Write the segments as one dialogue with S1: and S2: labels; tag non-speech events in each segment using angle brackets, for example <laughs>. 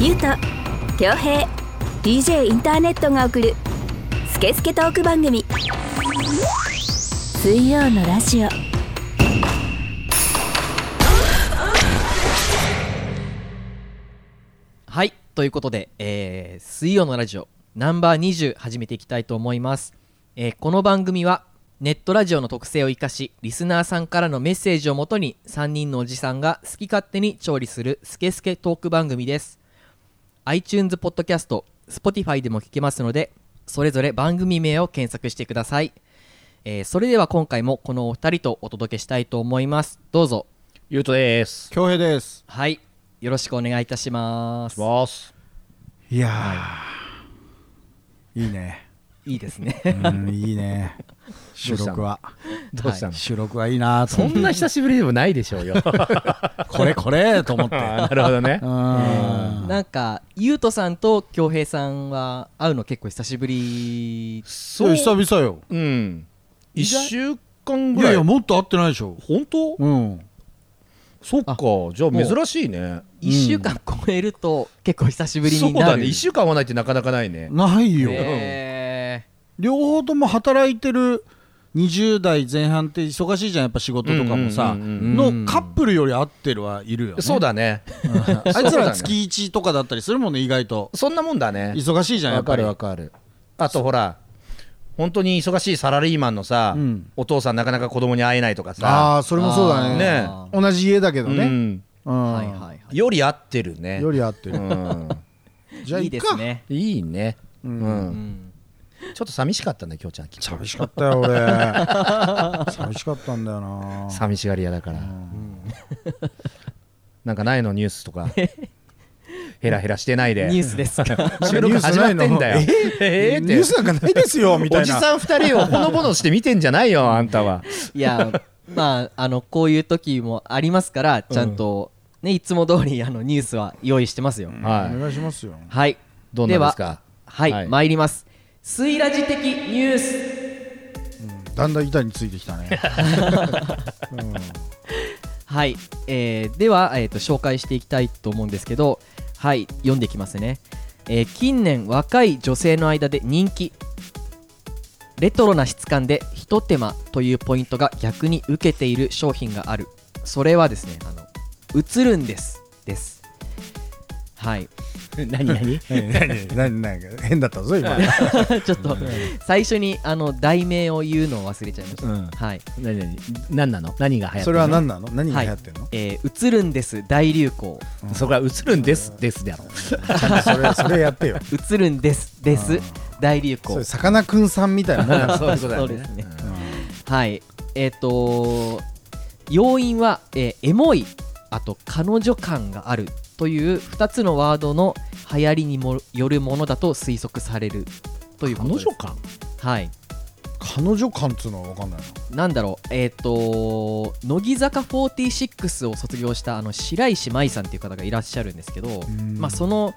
S1: ゆうと恭平 DJ インターネットが送る「スケスケトーク番組」水曜のラジオ
S2: はいということで、えー水曜のラジオナンバー20始めていきたいと思います、えーこの番組はネットラジオの特性を生かしリスナーさんからのメッセージをもとに3人のおじさんが好き勝手に調理するスケスケトーク番組です iTunes ポッドキャスト Spotify でも聞けますのでそれぞれ番組名を検索してください、えーそれでは今回もこのお二人とお届けしたいと思いますどうぞ
S3: ゆうとです。
S4: 恭平です
S2: はいよろしくお願いいたします
S3: ます。
S4: いやー、い、い
S3: <laughs>
S4: ね
S2: いいですね
S4: うんいいね収録は
S3: どうしたの、
S4: 収録はいいなと
S3: そ
S4: 思って
S3: んな久しぶりでもないでしょう <laughs> よ。
S4: これこれと思っ
S3: <laughs>
S4: て
S3: なるほどね
S4: う。ん
S2: なんかゆうとさんと恭平さんは会うの結構久しぶ
S4: い
S2: り
S4: や久々よ
S3: うん。一週間
S4: い
S3: ぐら
S4: や
S3: い。
S4: いやもっと会ってないでしょ
S3: 本当
S4: うん
S3: そっか。じゃあ珍しいね。
S2: 1週間超えると結構久しぶり
S3: そう
S2: にな
S3: だ
S2: る
S3: ね。一週間会わないってなかなかないね。
S4: ないよ、
S2: え
S4: 両方とも働いてる20代前半って忙しいじゃんやっぱ仕事とかもさ
S3: うんうん
S2: うんうん
S4: のカップルより合ってるはいるよね
S3: そうだね。
S4: うんあいつ
S3: そうだね
S4: ら月1とかだったりするもんね意外と
S3: そんなもんだね。
S4: 忙しいじゃんや
S3: わ
S4: っぱ
S3: か
S4: り
S3: るわかる。あとほら。本当に忙しいサラリーマンのさ、
S4: うん
S3: お父さんなかなか子供に会えないとか
S5: あ
S3: さ、
S5: あそれもそうだね
S3: ね
S5: 同じ家だけど
S3: う
S5: ね、
S3: ん
S5: うん
S2: はいはいはい
S3: より合ってるね。
S5: より合って
S3: う
S5: る、
S3: ん、
S5: じゃあ
S2: い
S5: い
S2: い
S5: っ
S2: で
S5: か
S2: すね
S3: いいね。
S5: うん
S3: うん
S2: うん
S3: ちょっと寂しかったね、きょうちゃん。きっと
S5: 寂しかったよ俺
S2: <laughs>
S5: 寂しかったんだよな
S3: 寂しがり屋だから。なんかないのニュースとか。ヘラヘラしてないで。
S2: ニュースですか
S3: 収録始まってんだよ。えーえー
S5: ニュースなんかないですよみた
S3: お
S5: い
S3: じ
S5: な
S3: さん二人をほのぼのして見てんじゃないよ、あんたは。
S2: <laughs> いやまああのこういう時もありますからちゃんと、ねいつも通りあのニュースは用意してますよ、
S5: お
S3: は
S5: 願いしますよ
S2: はい
S3: い。どんなですか
S2: はい、
S3: はい
S2: 参りますスイラジ的ニュース
S5: だんだん板についてきた <laughs> ね
S2: はい、えーでは、えー、と紹介していきたいと思うんですけどはい読んでいきますね、えー近年若い女性の間で人気レトロな質感でひと手間というポイントが逆に受けている商品があるそれはですねあの映るんですです <laughs> はい
S3: 何何
S5: 何何何変だったぞ今
S2: ちょっと最初にあの題名を言うのを忘れちゃいました、
S5: うん
S2: はい、
S3: 何何何なの何が流行ってる
S5: それは何なの何が流行ってんの、
S2: えー映るんです大流行
S3: そこは映るんです、ですだろ。
S5: それそれやってよ
S2: 映るんですです
S5: うん
S2: 大流
S5: <laughs> そ
S2: 行
S5: れさかなクンさんみたいなもんだか
S3: <laughs> そういうことだ
S2: そう
S3: よ
S2: で
S3: ね
S2: すね。
S5: らうん
S2: はい。えっ、と要因は、えーエモい、あと彼女感があるという2つのワードの流行りにもよるものだと推測されるということ
S3: 彼
S2: です。
S3: 女感
S2: はい。
S5: 彼女感っつうのは分かんない
S2: なんだろう、えっ、と乃木坂46を卒業したあの白石麻衣さんっていう方がいらっしゃるんですけど、
S5: な
S2: まあ、その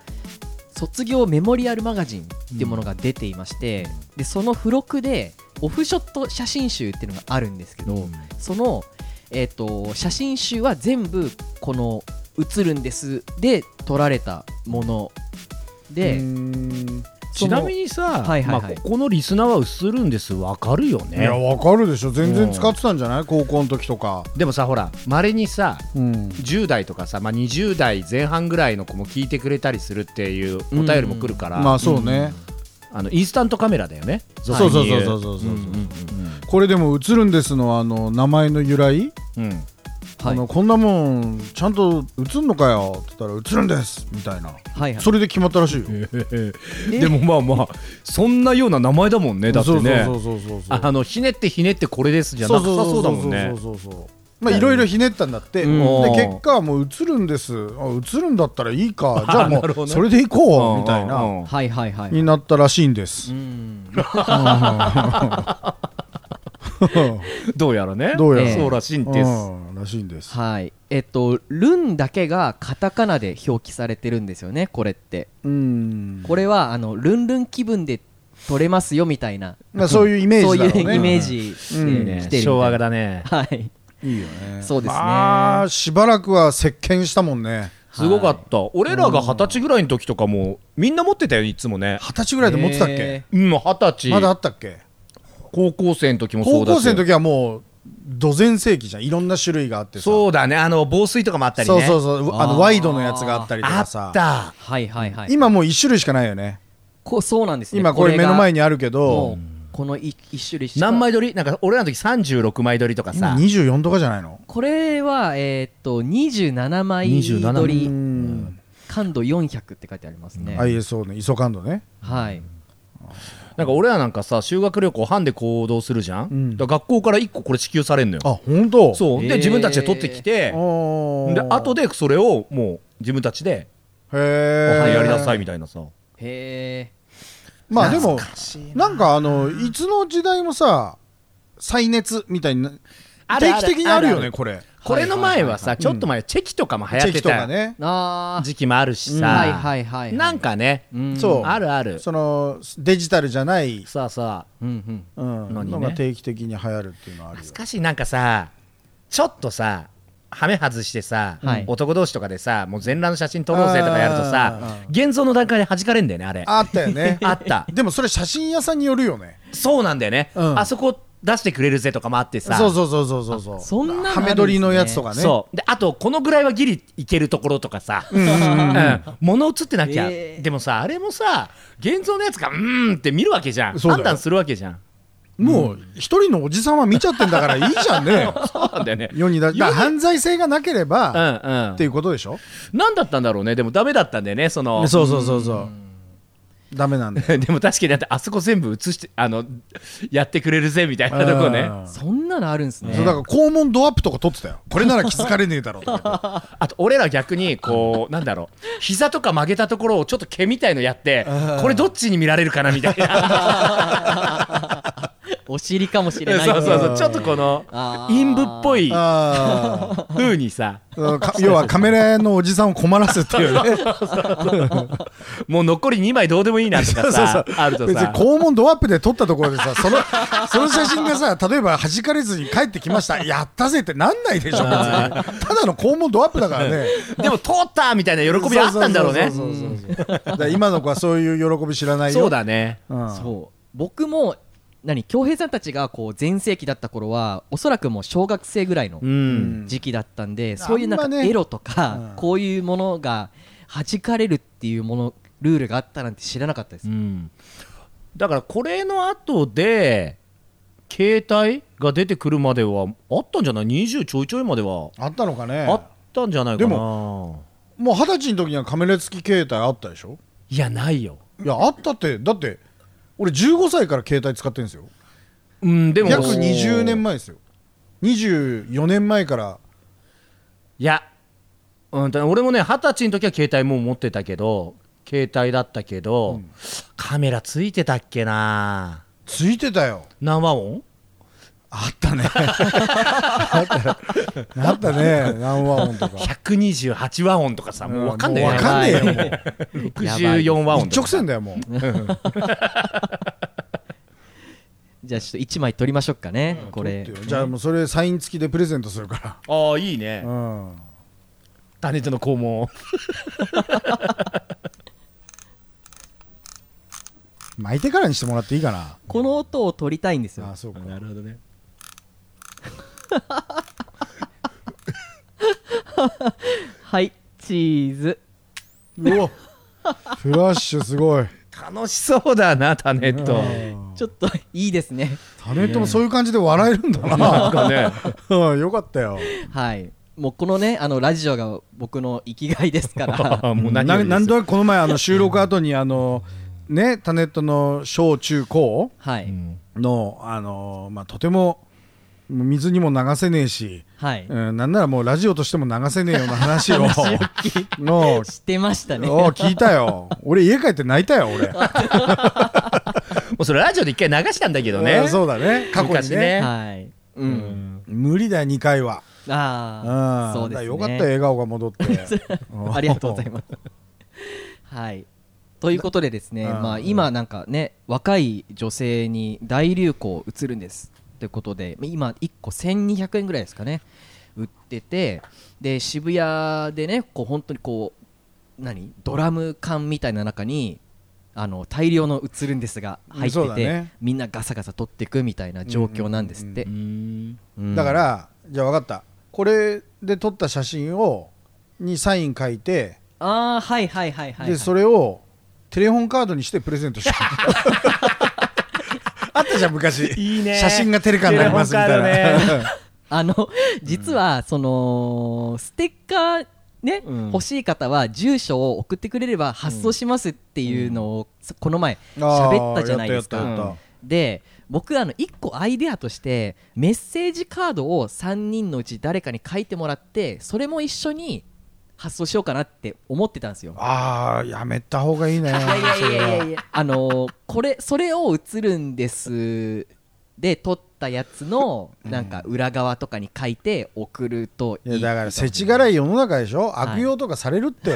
S2: 卒業メモリアルマガジンっていうものが出ていまして、でその付録でオフショット写真集っていうのがあるんですけど、その、えー、と写真集は全部この「映るんです」で撮られたもので、
S5: うん
S2: そ
S3: ち
S2: の
S3: なみにさ、
S2: はいはいはい
S3: まあ、ここのリスナーは映るんですわかるよ
S5: いや
S3: ね
S5: 分かるでしょ全然使ってたんじゃない高校の時とか
S3: でもさほらまれにさ
S5: うん
S3: 10代とかさ、まあ、20代前半ぐらいの子も聞いてくれたりするっていうお便りも来るから、
S5: まあそうね、
S3: あのインスタントカメラだよね
S5: そうそうそうそう
S3: う、
S5: そう
S2: う
S5: そ
S2: ん
S5: う、
S2: うんうん
S5: これでも「映るんですの」あの名前の由来、
S3: うん
S2: は
S5: あ
S2: い
S5: のこんなもんちゃんと映んのかよって言ったら「映るんです」みたいな
S2: はいはい
S5: それで決まったらしいよ、
S2: え
S3: でもまあまあそんなような名前だもんねだって
S5: そう
S3: ね
S5: そうそうそうそう
S3: あのひねってひねってこれですじゃなさそうだもんね
S5: そうそうそうそうまあいろいろひねったんだって、
S2: うん
S5: で結果はもう映るんですあ映るんだったらいいかじゃあも
S3: なるほど
S5: う
S3: ね
S5: それでいこ
S3: う
S5: うんみたい
S3: うん
S5: な
S3: うん
S2: はいはいはい
S5: になったらしいんです
S2: う、ん
S3: どうやらね
S5: <laughs> どうやら
S3: そうらしいんです、
S5: うんらしいんです
S2: はいえっと「ルン」だけがカタカナで表記されてるんですよねこれって
S5: うん
S2: これはあのルンルン気分で撮れますよみたいな
S5: まあそういうイメー
S2: そう
S5: ジ
S2: い
S5: だろうね
S2: うイメージで
S5: う
S2: 来てるみ
S5: ん
S2: たいな、
S3: ね、昭和だね
S2: はい
S4: いいよね
S2: そうですね、
S5: まあしばらくは席巻したもんね
S3: すごかった、俺らが二十歳ぐらいの時とかもみんな持ってたよいつもね
S5: 二十歳ぐらいで持ってたっけ
S2: へ
S3: うん二十歳
S5: まだあったっけ
S3: 高校生の時もそ
S5: 高
S3: うだし
S5: 校生の時はもう土全盛期じゃんいろんな種類があってさ
S3: そうだねあの防水とかもあったりね
S5: そうそうそうあ
S2: あー
S5: のワイドのやつがあったりと
S3: あ
S5: かさ
S3: った
S2: はいはいはい
S5: 今もう1種類しかないよね
S2: こそうなんですね
S5: 今これ目の前
S2: に
S5: にあるけど
S2: もうこのい一種類しか
S3: 何枚撮りなんか俺らの時36枚撮りとか
S5: 今
S3: さ
S5: 24とかじゃないの
S2: これはえーっと27枚
S3: 27
S2: 撮り
S5: うん
S2: 感度400って書いてありますねはい、
S5: ISO の ISO 感度ね
S3: なんか俺らなんかさ修学旅行班で行動するじゃん、
S5: うん
S3: だから学校から1個これ支給されんのよ
S5: あ本当
S3: そうで、
S2: へー
S3: 自分たちで撮ってき
S5: で
S3: てで後でそれをもう自分たちで
S5: へ
S3: は
S5: え
S3: いやりなさいみたいなさ
S2: へえ
S5: まあでもなんかあのいつの時代もさ再熱みたいな
S3: ある
S5: 定
S3: ある
S5: 期的にあるよ
S3: あるあ
S5: ね
S3: る
S5: これ
S3: これの前は
S2: は
S3: さ
S2: い
S3: ちょっと前チェキとかも流行
S5: チ
S3: っ
S5: ェ
S3: て
S5: キとか
S3: た
S5: ね
S2: あー
S3: 時期もあるしさ
S2: はいはいはいはい
S3: なんかね
S2: うん
S5: そう
S3: あるある
S5: そのデジタルじゃない
S3: さあさあ
S2: うんうん
S5: うん
S3: のにね
S5: のが定期的に流行るっていうのはあるよ
S3: 懐かしいなんかさちょっとさハメ外してさ、
S2: はい
S3: 男同士とかでさもう全裸の写真撮ろうぜとかやるとさ現像の段階で弾かれんだよねあれ
S5: あったよね
S3: <laughs> あった
S5: でもそれ写真屋さんによるよね
S3: そうなんだよね、
S5: うん
S3: あそこ出してくれるぜとかもあってさ
S5: そうそうそうそうそうそう
S2: そんなのあるんです
S5: ハ
S2: ね
S5: メ撮りのやつとかね
S3: そうであとこのぐらいはギリいけるところとかさ、うん、物映ってなきゃ、
S2: えー
S3: でもさあれもさ現像のやつがうーんって見るわけじゃん
S5: そうだよ
S3: 判断するわけじゃん
S5: もう一人のおじさんは見ちゃってんだからいいじゃんね
S3: そうなんだよね
S5: <laughs> 世にだだから犯罪性がなけれ
S3: うんう
S5: ば
S3: ん
S5: っていうことでしょ
S3: 何だったんだろうねでもダメだったんだよねその
S5: そうそうそうそうダメなんだよ
S3: <laughs> でも確かにだってあそこ全部映してあのやってくれるぜみたいなとこね
S5: うん
S2: そんなのあるんですね
S5: そうだから肛門ドアップとか撮ってたよこれなら気づかれねえだろうとか
S3: あと俺ら逆にこうなんだろう膝とか曲げたところをちょっと毛みたいのやってこれどっちに見られるかなみたいな
S2: お尻かもしれない
S3: <laughs> そうそう <laughs> そうちょっとこの
S2: あー
S3: 陰部っぽ <laughs> い
S5: あー
S3: 風にさ
S5: うんか要はカメラのおじさんを困らすっていう
S3: <laughs>
S5: ね
S3: もう残り2枚どうでもいいなとか <laughs> さあると
S5: 別に
S3: さ
S5: 肛門ドアップで撮ったところでさそのその写真がさ例えば弾かれずに帰ってきましたやったぜってなんないでしょ別にただの肛門ドアップだからね
S3: でも通ったみたいな喜びあったんだろうね
S5: そうそうそうそうだから今の子はそういう喜び知らないよ
S3: そうだね
S5: うん
S2: そう僕も何恭平さんたちがこう全盛期だった頃はおそらくもう小学生ぐらいの
S3: うん
S2: 時期だったんで、そういうなん
S5: あんま
S2: か
S5: ね
S2: エロとか、
S5: うん
S2: こういうものが弾かれるっていうものルールがあったなんて知らなかったです、
S3: うんだからこれの後で携帯が出てくるまではあったんじゃない20ちょいちょいまでは
S5: あったのかね
S3: あったんじゃないかな
S5: でもう二十歳の時にはカメラ付き携帯あったでしょ
S3: いやないよ
S5: いやあったってだって俺15歳から携帯使ってるんですよ
S3: うんでも
S5: 約20年前ですよ24年前から
S3: いや、うん、だから俺もね二十歳の時は携帯もう持ってたけど携帯だったけど、カメラついてたっけな
S5: ついてたよ
S3: 何話音
S5: あった <laughs> ねあったね何話音とか
S3: ?128 話音とかさもう分かんない
S5: もうわかんねえよ
S2: やばい
S5: も
S3: 64話
S5: う
S3: 音
S5: 一
S3: と
S5: 直
S3: かさ
S5: 線だよもう
S2: じゃあちょっと1枚取りましょうかね、これ
S5: じゃあもうそれサイン付きでプレゼントするか
S3: ああいいね、
S5: らうん
S3: 種との肛門
S5: 巻いてからにしてもらっていいかな
S2: この音を取りたいんですよ
S5: あそうか
S3: なるほどね
S2: はいチーズ
S5: うわフラッシュすごい
S3: 楽しそうだなタネット
S2: ちょっといいですね
S5: タネットもそういう感じで笑えるんだ
S3: な
S5: <laughs>
S3: ん
S5: な
S3: かね
S5: うんよかったよ
S2: はいもうこのねあのラジオが僕の生きがいですか <laughs>
S5: <laughs>
S2: ら
S3: もう何よ
S5: な
S3: りです
S5: なんとなくこの前あの収録後にあのねタネットの小中高
S2: はい、
S3: うん
S5: のあのまあとても水にも流せねえし、
S2: はい、
S5: うん、なんならもうラジオとしても流せねえような話をの
S2: 知ってましたね
S5: お聞いたよ俺家帰って泣いたよ俺
S3: もうそれラジオで一回流したんだけどね
S5: うんそうだね過去に
S3: 昔
S5: ね
S3: ね
S2: はいうん、
S5: 無理だよ2回は
S2: ああ
S5: ん
S2: そうですね
S5: だからよかったよ笑顔が戻って
S2: <laughs> ありがとうござい
S5: <laughs>
S2: ます。はい。ということでですね、
S5: うん
S2: まあ今なんかね若い女性に大流行移るんです。ということで今1個1200円ぐらいですかね売っててで渋谷でねこう本当にこう何ドラム缶みたいな中にあの大量の映るんですが入っ
S5: そ
S2: て
S5: うだ
S2: て、
S5: ね
S2: みんなガサガサ取っていくみたいな状況なんですって、うん
S5: だからじゃあ分かったこれで撮った写真をにサイン書いて
S2: ああはいはいはいはい、はい、
S5: でそれをテレホンカードにしてプレゼント
S3: <laughs>
S5: したあったじゃん昔
S3: いいね
S5: 写真がテレカになりますみたい
S3: テレホンカード
S5: な
S2: あの実はそのステッカーね、
S3: うん
S2: 欲しい方は住所を送ってくれれば発送しますっていうのをそこの前
S5: あー
S2: 喋ったじゃないです
S5: やったやったや
S2: か
S5: っ。
S2: で僕あの1個アイデアとしてメッセージカードを3人のうち誰かに書いてもらってそれも一緒に発送しようかなって思ってたんですよ。
S5: ああやめた方がいいね
S2: いやいやいやいやいやあのーこれそれを映るんですで撮ったやつのなんか裏側とかに書いて送ると
S5: い
S2: いい
S5: やだから世知辛い世の中でしょ
S2: い
S5: 悪用とかされるって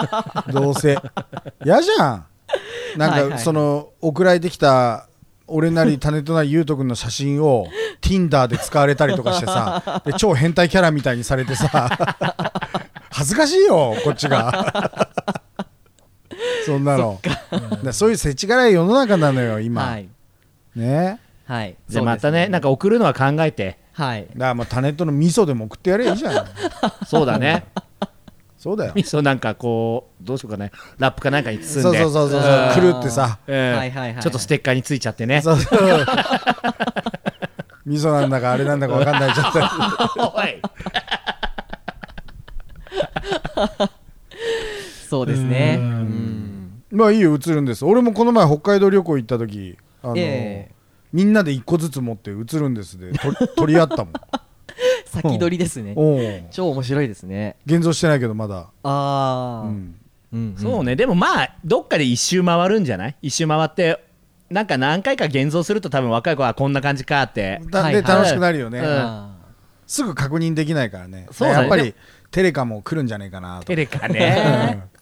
S5: <laughs> どうせ嫌じゃん
S2: はい
S5: なん
S2: は
S5: か
S2: い
S5: その送られてきた俺なり種となりゆうとくんの写真を Tinder で使われたりとかしてさで超変態キャラみたいにされてさ恥ずかしいよこっちが <laughs> そんなのだからそういう世知辛い世の中なのよ今、
S2: はい
S5: ね
S2: はい
S3: じ
S2: そ
S3: ゃ
S2: う
S3: あまたね
S2: です
S3: なんか送るのは考えて
S2: はい
S5: だからもう種との味噌でも送ってやればいいじゃん
S3: そうだね
S5: そうだよ
S3: 味噌なんかこうどうしようかねラップかなんかに包
S5: そ
S3: ん
S5: う
S3: で
S5: そうそうそう
S2: あ
S5: く
S2: ー
S5: るってさ
S3: ええ
S2: はいはいはい
S3: ちょっとステッカーについちゃってね
S5: そう <laughs> そう。味噌なんだかあれなんだかわかんないちょっと。
S3: <laughs> おい
S2: そうですね
S5: まあいいよ映るんです。俺もこの前北海道旅行行った時、あの
S2: ええ
S5: みんなで一個ずつ持って映るんですでと取り合ったもん。
S2: 先取りですね
S5: おお。
S2: 超面白いですね
S5: 現像してないけどまだ。
S2: ああ
S5: うん
S2: うん
S3: そうねでもまあどっかで一周回るんじゃない一周回ってなんか何回か現像すると多分若い子はこんな感じかって <laughs>
S5: だ
S2: はい
S5: で
S2: はい
S5: 楽しくなるよね、
S3: うん
S2: あ
S5: すぐ確認できないからね
S3: そうだね
S5: やっぱりテレカも来るんじゃないかなと
S3: テレカ
S5: <laughs>
S3: ね
S2: ー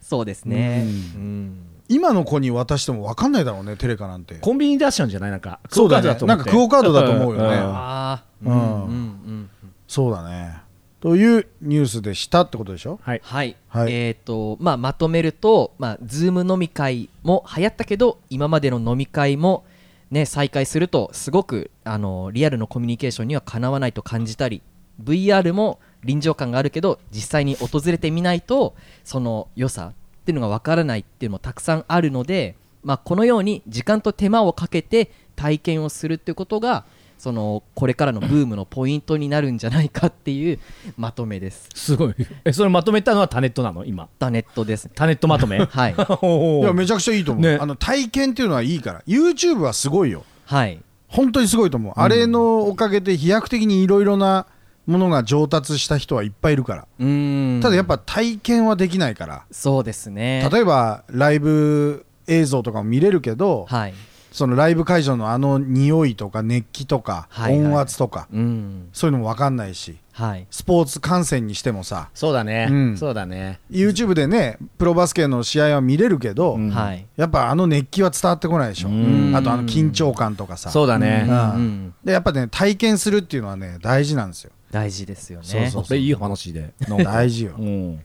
S2: そうですね
S5: う
S2: うん
S5: 今の子に渡しても分かんないだろうねテレカなんて
S3: コンビニ出しちゃうんじゃないなんかク
S5: そ
S3: オ
S5: う
S3: カ
S5: だ
S3: ード
S5: ね
S3: だと思
S5: な
S3: って
S5: んかクオカードだと思うよね
S3: んん
S2: ああ
S5: うん
S2: うんうん
S5: そうだねというニュースでしたってことでしょ
S3: はい
S2: はい、
S5: はい
S2: えーとまあ、まとめると、まあ、ズーム飲み会も流行ったけど今までの飲み会も、ね、再開するとすごくあのリアルのコミュニケーションにはかなわないと感じたり VR も臨場感があるけど実際に訪れてみないとその良さっていうのがわからないっていうのもたくさんあるので、まあ、このように時間と手間をかけて体験をするっていうことがそのこれからのブームのポイントになるんじゃないかっていうまとめです。
S3: すごいえそれまとめたのはタネットなの今
S2: ダネットです
S3: タネットま
S5: <laughs>
S3: とめ
S2: <laughs> はい
S3: <laughs> お
S5: い
S3: ー
S5: やめちゃくちゃいいと思う、
S3: ね
S5: あの体験っていうのはいいから YouTube はすごいよ
S2: はい
S5: 本当にすごいと思う、あれのおかげで飛躍的にいろいろなものが上達した人はいっぱいいるから、
S2: うーん
S5: ただやっぱ体験はできないから、
S2: そうですね
S5: 例えばライブ映像とかも見れるけど、
S2: はい
S5: そのライブ会場のあの匂いとか熱気とか、
S2: はいはい
S5: 音圧とか
S2: うん
S5: そういうのも分かんないし
S2: はい
S5: スポーツ観戦にしてもさ
S3: そうだね、
S5: うん
S3: そうだね
S5: YouTube でねプロバスケの試合は見れるけど、
S3: うん
S2: はい
S5: やっぱあの熱気は伝わってこないでしょ、
S3: ん
S5: あとあの緊張感とかさ
S3: そうだね、
S5: うん
S2: うん
S5: でやっぱね体験するっていうのはね大事なんですよ
S2: 大事ですよね
S5: そう
S3: でいい話で、
S5: 大事よ
S3: うん、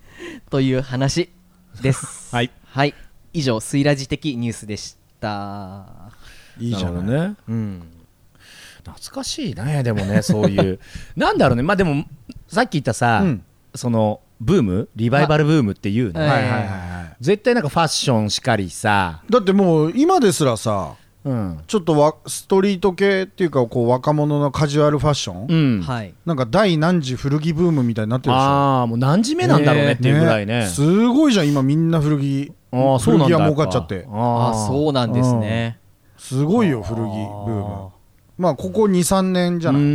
S2: という話です
S3: はい、
S2: はい、以上スイラジ的ニュースでした
S5: いいじゃない
S3: なるほどね
S2: うん
S3: 懐かしいねでもねそういう
S5: <laughs>
S3: なんだろうねまあでもさっき言ったさ、
S5: うん
S3: そのブームリバイバルブームっていうの、
S2: はい
S5: はいはいはいは
S3: 絶対なんかファッションしかりさ、
S5: いだってもう今ですらさ
S3: うん
S5: ちょっとわストリート系っていうかこう若者のカジュアルファッション、
S3: うん
S2: はい
S5: なんか第何次古着ブームみたいになってるでしょ
S3: ああもう何時目なんだろうねっていうぐらいね
S5: すごいじゃん今みんな古着
S3: ああそうなんだ
S5: 古着は儲かっちゃって
S3: やぱ
S2: あ
S3: あ
S2: あ
S3: あ
S2: そうなんですね
S5: すごいよ古着ブームまあここ23年じゃ
S3: う
S5: ない、
S3: ー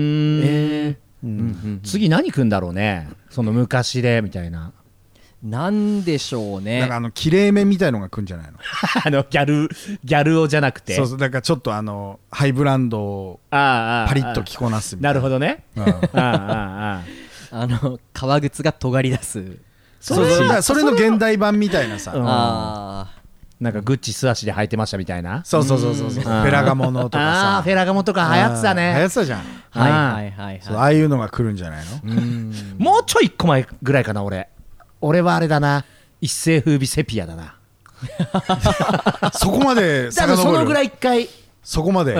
S3: ん
S5: うん
S3: 次何くんだろうねその昔でみたいな <laughs>
S2: なんでしょう
S5: なん
S2: ね
S5: かあのきれいめみたいのが来んじゃないの
S3: あのギャルギャルをじゃなくて
S5: そうそうだからちょっとあのハイブランドを
S3: ああああ
S5: パリッと着こなすみた
S3: ないる
S5: な
S3: ほどね
S5: なるほど、うん
S3: ああああああ
S2: あの革靴が尖り出す
S5: そうそうだからそれの現代版みたいなさ、
S3: うん
S2: ああ
S3: なんかグッチ素足で履いてましたみたいな
S5: そうそうそうそうそうフェラガモのとか
S3: あ
S5: さ
S3: あフェラガモとか流行ってた
S5: うん流行
S3: ね
S5: ってたじゃん
S2: はい
S3: あー
S2: はいはい
S5: そう
S2: は
S5: ああいうのが来るんじゃないの
S3: もうちょい一個前ぐらいかな俺俺はあれだな一世風靡セピアだな
S5: そこまで
S3: <laughs> 多分そ
S5: 遡
S3: のぐら
S5: る
S3: い一回
S5: そこまで
S3: う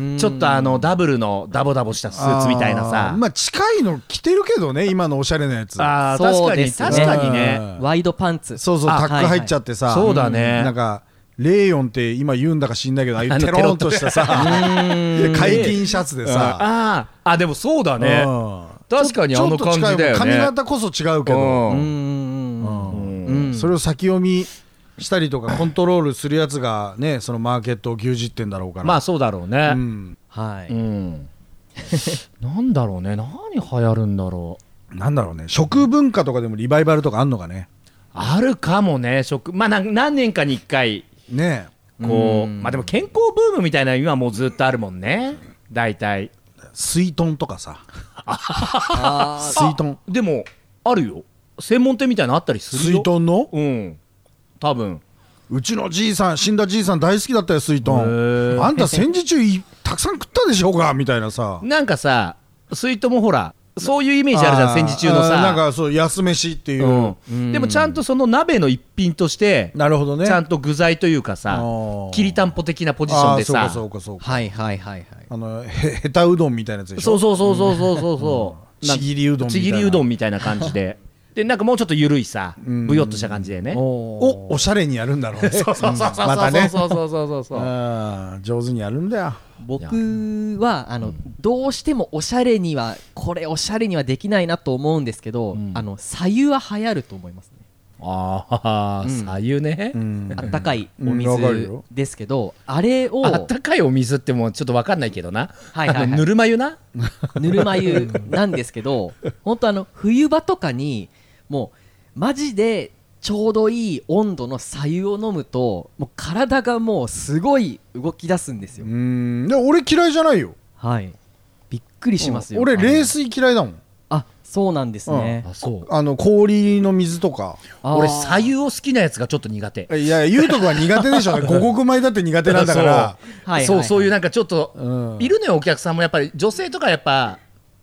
S3: んちょっとあのダブルのダボダボしたスーツみたいな
S5: あ
S3: さ
S5: ーまあ近いの着てるけどね今のおしゃれなやつ
S3: あー
S2: そ
S3: 確
S2: う
S3: か
S2: で
S3: に
S2: すね
S3: 確かに
S5: うん
S3: ね
S2: いワイドパンツ
S5: そうそう
S3: あ
S5: タック入っちゃってさ、
S3: はいはいそうだね
S5: なんかレーヨンって今言うんだか知んないけどああい
S3: あ
S5: う
S3: の
S5: テローンとしたさ
S2: ん
S5: <laughs> 解禁シャツでさ、
S3: あーあでもそうだね
S5: うん
S3: 確かにあの感じだよね
S5: ちょっと近いもん髪型こそ違うけど、
S3: う
S2: うんん
S5: うん
S2: うん
S5: それを先読みしたりとかコントロールするやつがねそのマーケットを牛耳ってんだろうから
S3: まあそうだろうね
S5: うん
S2: はい
S3: うん <laughs> なんだろうね何流行るんだろう
S5: なんだろうね食文化とかでもリバイバルとかあんのかね
S3: あるかもね食まあな何年かに1回
S5: ね
S3: こう
S2: うん
S3: まあでも健康ブームみたいなの今もうずっとあるもんね大体
S5: え水豚とかさ
S2: あ
S5: 水豚
S3: でもあるよ専門店みたいなのあったりするよ
S5: 水豚の
S3: うん多分
S5: うちのじいさん死んだじいさん大好きだったよ水
S3: へえ
S5: 豚あんた戦時中いたくさん食ったでしょうかみたいなさ
S3: なんかさスイートもほらそういうイメージあるじゃん戦時中の
S5: あー
S3: さ
S5: なんかそう安飯っていう、
S3: うん、でもちゃんとその鍋の一品として
S5: なるほどね
S3: ちゃんと具材というかさ
S5: あー
S3: きりたんぽ的なポジションで
S5: あ
S3: さ
S5: ーそうかそうかそうか
S2: はいはいはいはい
S5: あのへへたうどんみたいなやつでし
S3: そ
S5: ょ
S3: うそうそうそうそうそうそう
S5: うん
S3: なん
S5: ちぎりうどんみた
S3: ち
S5: いな
S3: ぎりうどんみたいな感じででなんかもうちょっとゆるいさぶよっとした感じでね
S5: おおしゃれにやるんだろうね
S3: そうそうそうそう
S5: またね
S3: そうそうそうそうそうそう
S5: あー上手にやるんだよ
S2: 僕はあのどうしてもおしゃれにはこれおしゃれにはできないなと思うんですけど、
S3: ん
S2: あの左右は流行ると思いますね
S3: ああ
S2: うん
S3: 左右ね
S5: うん
S2: あったかいお
S5: うんわかる
S2: 水
S5: よ
S2: ですけど、あれを
S3: あったかいお水ってもうちょっとわかんないけどな
S2: はいはいはい
S3: あのぬるま湯な
S2: ぬるま
S3: <laughs>
S2: 湯なんですけど本当あの冬場とかにもうマジでちょうどいい温度の左右を飲むともう体がもうすごい動き出すんです
S5: う
S2: よ、
S5: んでも俺嫌いじゃないよ
S2: はいびっくりしますよ、
S5: 俺冷水嫌いだもん
S2: あそうなんですね、
S3: そう
S5: あの氷の水とか
S2: あー
S3: 俺左右を好きなやつがちょっと苦手
S5: いやゆうとくんは苦手でしょうね五穀米だって苦手なんだから
S2: はいはい
S3: そうそういうなんかちょっと
S5: うん
S3: いるのよお客さんもやっぱり女性とかやっぱ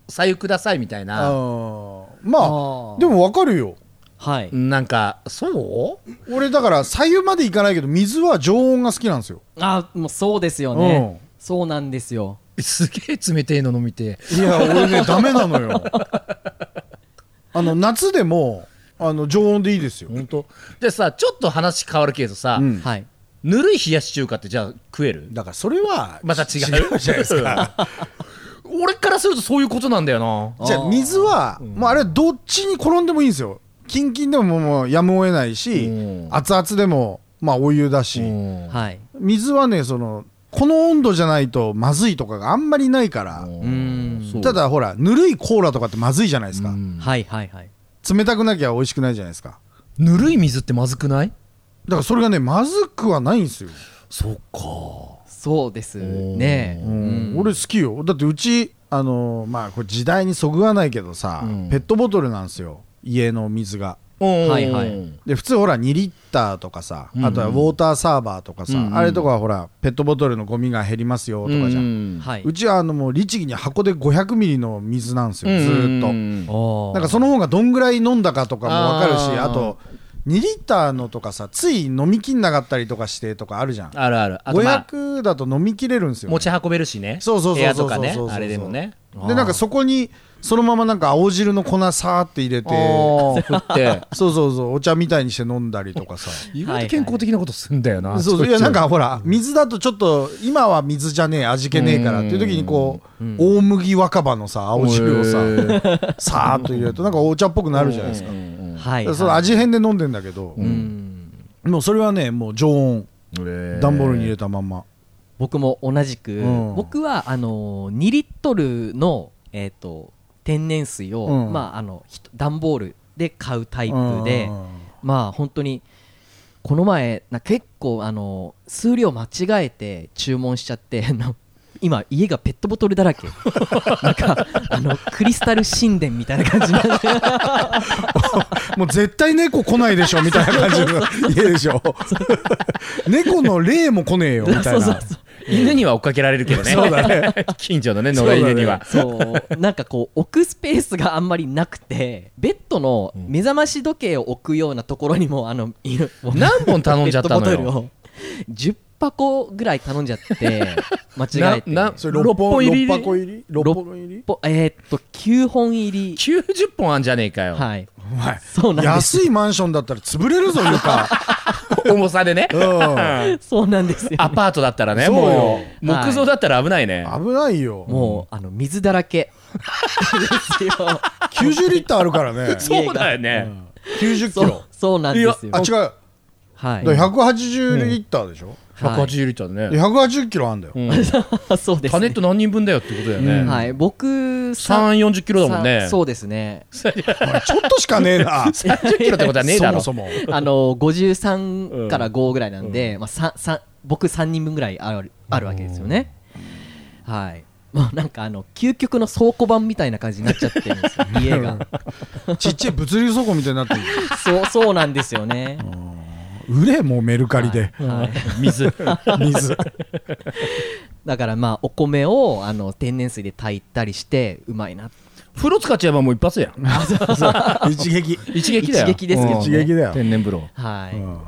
S3: 左右くださいみたい
S5: あ
S3: な
S5: ーまあ
S2: あー
S5: でもわかるよ
S2: はい、
S3: なんかそう
S5: 俺だから左右までいかないけど水は常温が好きなんですよ
S2: あもうそうですよね、
S5: う
S2: そうなんですよ
S3: すげえ冷てえの飲みて
S5: い <laughs> や俺ねダメなのよあの夏でもあの常温でいいですよ
S3: 本当でさちょっと話変わるけどさ、
S5: うん
S2: はい
S3: ぬるい冷やし中華ってじゃあ食える
S5: だからそれは
S3: また違う
S5: 違うじゃないですか
S3: <laughs> 俺からするとそういうことなんだよな
S5: じゃあ水はもうあれはどっちに転んでもいいんですよキンキンでももうやむを得ないし
S3: うん
S5: 熱々でもまあお湯だし
S3: うん
S2: はい
S5: 水はねそのこの温度じゃないとまずいとかがあんまりないから
S2: うん
S3: そう
S5: ただほらぬるいコーラとかってまずいじゃないですか
S3: うん
S2: はいはいはい
S5: 冷たくなきゃ美味しくないじゃないですか
S3: ぬるい水ってまずくない
S5: だからそれがねまずくはないんですよ、
S3: そっか
S2: そうですねうん
S5: 俺好きよだってうちあのーまあこれ時代にそぐわないけどさ、
S3: うん
S5: ペットボトルなんですよ家の水が
S3: はい
S2: はい
S5: で普通ほら2リッターとかさ、あとはウォーターサーバーとかさ、
S3: うんうん
S5: あれとかはほらペットボトルのゴミが減りますよとかじゃん、う
S2: はいう
S5: ちはあのもう律儀に箱で500ミリの水なんですよ、ずーっと、
S3: と
S2: な
S5: なんかその方がどんぐらい飲んだかとかも分かるし
S3: あ
S5: あ
S3: ー
S5: と2リッターのとかさつい飲みきんなかったりとかしてとかあるじゃん
S3: あるあるあとまあ
S5: 500だと飲みきれるんですよ、ね、
S3: 持ち運べるしね
S5: そうそうそうそう
S3: 部屋とかね
S5: そうそうそうそう
S3: あれでもね
S5: でなんかそこにそのままなんか青汁の粉さーって入れて
S3: あー振って
S5: そうそうそうお茶みたいにして飲んだりとかさ
S3: 意外と健康的なことすんだよな
S5: そうそういやなんかほら水だとちょっと今は水じゃねえ味気ねえからっていう時にこう大麦若葉のさ青汁をさ
S3: へ
S5: さーっと入れるとなんかお茶っぽくなるじゃないですか
S2: はい
S5: その味変で飲んでんだけどもうそれはねもう常温段ボールに入れたまんま
S2: 僕も同じく
S5: うん
S2: 僕はあのー2リットルのえっと天然水を
S5: うん
S2: まああのひと段ボールで買うタ
S5: タ
S2: イプでまあ本当にこの前な結構あの数量間違えて注文しちゃってあの <laughs> 今家がペットボトルだらけ <laughs> なんかあのクリスタル神殿みたいな感じなんで
S5: もう絶対猫来ないでしょみたいな感じの家でしょ猫の霊も来ねえよみたいな
S3: 犬には追っかけられるけど
S5: <laughs>
S3: ね
S5: そうだね
S3: <laughs> 近所のね野良犬には
S2: そうなんかこう置くスペースがあんまりなくてベッドの目覚まし時計を置くようなところにもあの犬
S3: 何本頼んじゃったの
S2: ペッ
S3: よ
S2: トボトルを10箱ぐらい頼んじゃ
S3: <laughs>
S2: って間違えて
S3: なな
S5: それ六本
S3: 六本入り
S5: 六箱入り六本入り
S2: ぽえーっと9本入り
S3: 90本あんじゃねえかよ、
S2: はい <laughs>
S5: お前
S2: そうなんです
S5: 安いマンションだったら潰れるぞ床
S3: 重さでね、
S5: う
S2: そうなんですよ
S3: アパートだったらね
S5: そうよ
S3: もう
S2: はい
S3: 木造だったら危ないね、
S5: 危ないよ
S2: もうあの水だらけですよ
S5: 90リッターあるから
S3: <laughs>
S5: ね
S3: そうだよね、
S5: 90キ
S2: そ
S5: ロ
S2: うそうなんですよ
S5: あ違う
S2: はい
S5: だから180リッターでしょ
S2: はい
S3: 180リットルだね、
S5: 180キロあんだよ
S3: うん
S2: <laughs> そうです
S3: タネ
S2: ね
S3: ット何人分だよってことだよね、
S5: うん
S2: はい僕
S3: 3、40キロだもんね
S2: さ。そうですね
S5: お前ちょっとしかねえな
S3: 30キロってことはねえだ
S5: <laughs>
S3: ろ。
S5: そもそも
S2: あの
S3: うん
S2: 53から5ぐらいなんで、まあ、ささ僕3人分ぐらいあるあるわけですよねはいもうなんかあの究極の倉庫版みたいな感じになっちゃってるんですよ家が
S5: ちっちゃい物流倉庫みたいになってる
S2: そうそうなんですよね
S5: 売れもうメルカリで
S2: はい
S3: 水。
S5: 水
S2: だからまあお米をあの天然水で炊いたりしてうまいな
S3: <laughs> 風呂使っちゃえばもう一発やん。
S5: <laughs> 一撃
S3: 一撃だよ。
S2: 一撃ですけどね
S5: 一撃だよ
S3: 天然風呂。
S2: はい、
S5: うん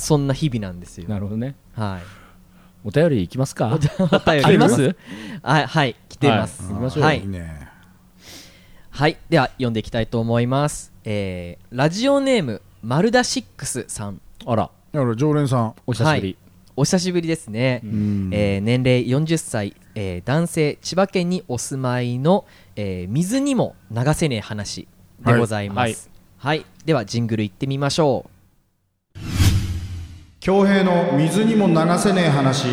S2: そんな日々なんですよ
S3: なるほどね。
S2: はい
S3: お便りいきますか。
S2: あ
S3: <laughs> あります
S2: はい、はい、来てます、
S3: はい行
S2: は
S3: きましょ
S2: いうはい
S5: いね
S2: では読んでいきたいと思いますえーラジオネーム丸田シックスさん
S3: あら、
S5: だから常連さん
S3: お久しぶり。
S2: お久しぶりですね、
S5: ん
S2: えー年齢40歳、えー男性千葉県にお住まいの、えー水にも流せねえ話でございますはい、ではジングルいってみましょう
S5: 恭平の水にも流せねえ話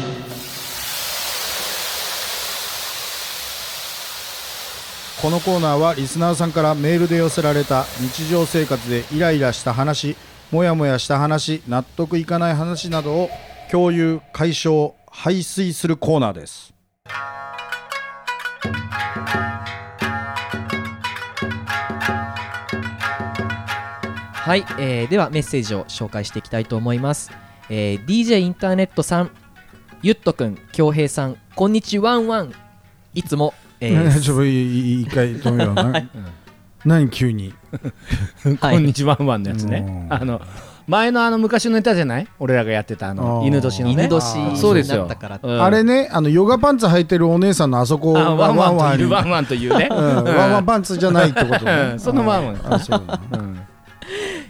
S5: このコーナーはリスナーさんからメールで寄せられた日常生活でイライラした話モヤモヤした話納得いかない話などを共有解消排水するコーナーです
S2: はい、えーではメッセージを紹介していきたいと思います、えー DJ インターネットさんゆっとくん恭平さんこんにちはワンワンいつも、えー
S5: <laughs> ちょっといい一回止めような、
S3: <laughs>
S5: 何急に
S2: はい
S3: こんにちはワンワンのやつね。
S5: うん
S3: あの、前のあの昔のネタじゃない俺らがやってたあの、
S5: うん
S3: 犬年のね。
S2: 犬年
S5: あー
S3: そうです
S2: にな
S3: よ
S2: ったからって。
S3: うん
S5: あれねあのヨガパンツ履いてるお姉さんのあそこ
S3: あワンワンといる
S5: に
S3: ワンワンというね。
S5: うんワンワンパンツじゃないってこと
S3: う
S5: ね
S3: んそのワンワン
S5: あそうだ
S3: うん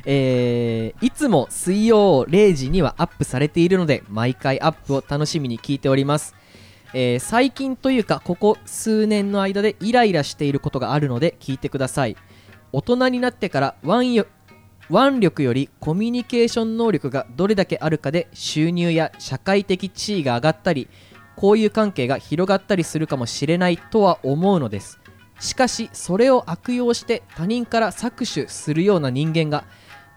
S2: えーいつも水曜0時にはアップされているので毎回アップを楽しみに聞いております、えー最近というかここ数年の間でイライラしていることがあるので聞いてください大人になってから腕よ腕力よりコミュニケーション能力がどれだけあるかで収入や社会的地位が上がったり交友関係が広がったりするかもしれないとは思うのですしかしそれを悪用して他人から搾取するような人間が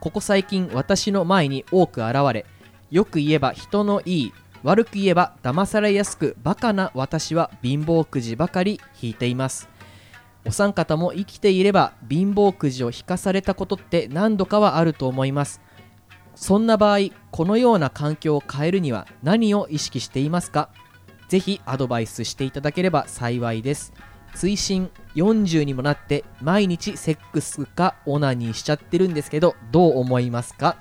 S2: ここ最近私の前に多く現れよく言えば人のいい悪く言えば騙されやすくバカな私は貧乏くじばかり引いていますお三方も生きていれば貧乏くじを引かされたことって何度かはあると思いますそんな場合このような環境を変えるには何を意識していますかぜひアドバイスしていただければ幸いです追伸40にもなって毎日セックスかオナニーしちゃってるんですけどどう思いますか